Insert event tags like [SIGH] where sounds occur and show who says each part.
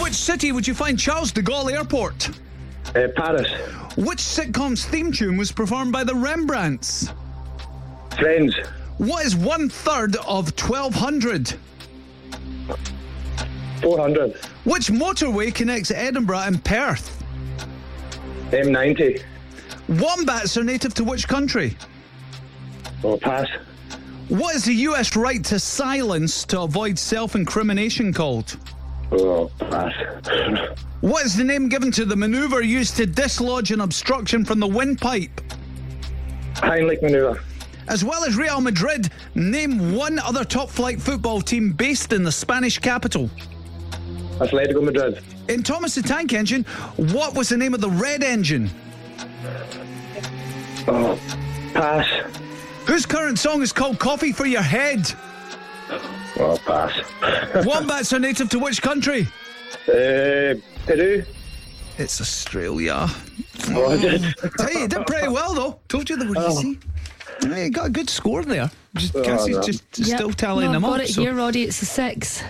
Speaker 1: Which city would you find Charles de Gaulle Airport?
Speaker 2: Uh, Paris.
Speaker 1: Which sitcom's theme tune was performed by the Rembrandts?
Speaker 2: Friends.
Speaker 1: What is one third of 1200?
Speaker 2: 400.
Speaker 1: Which motorway connects Edinburgh and Perth?
Speaker 2: M90.
Speaker 1: Wombats are native to which country?
Speaker 2: Or Oh, pass.
Speaker 1: What is the US right to silence to avoid self incrimination called?
Speaker 2: Oh, pass. [LAUGHS]
Speaker 1: What is the name given to the maneuver used to dislodge an obstruction from the windpipe?
Speaker 2: Heinrich manoeuvre.
Speaker 1: As well as Real Madrid, name one other top flight football team based in the Spanish capital.
Speaker 2: Atletico Madrid.
Speaker 1: In Thomas the Tank Engine, what was the name of the red engine?
Speaker 2: Oh, pass.
Speaker 1: Whose current song is called Coffee for Your Head?
Speaker 2: Oh, pass. [LAUGHS]
Speaker 1: Wombats are native to which country?
Speaker 2: uh, Peru.
Speaker 1: It's Australia.
Speaker 2: Oh, I did.
Speaker 1: Hey, you did pretty well though. Told you that were easy. Hey, you got a good score there. Just, Cassie's
Speaker 2: no.
Speaker 1: just
Speaker 3: Yep.
Speaker 1: still tallying
Speaker 3: no,
Speaker 1: them
Speaker 3: I've
Speaker 1: up.
Speaker 3: got it
Speaker 1: so-
Speaker 3: here, Roddy. It's a six.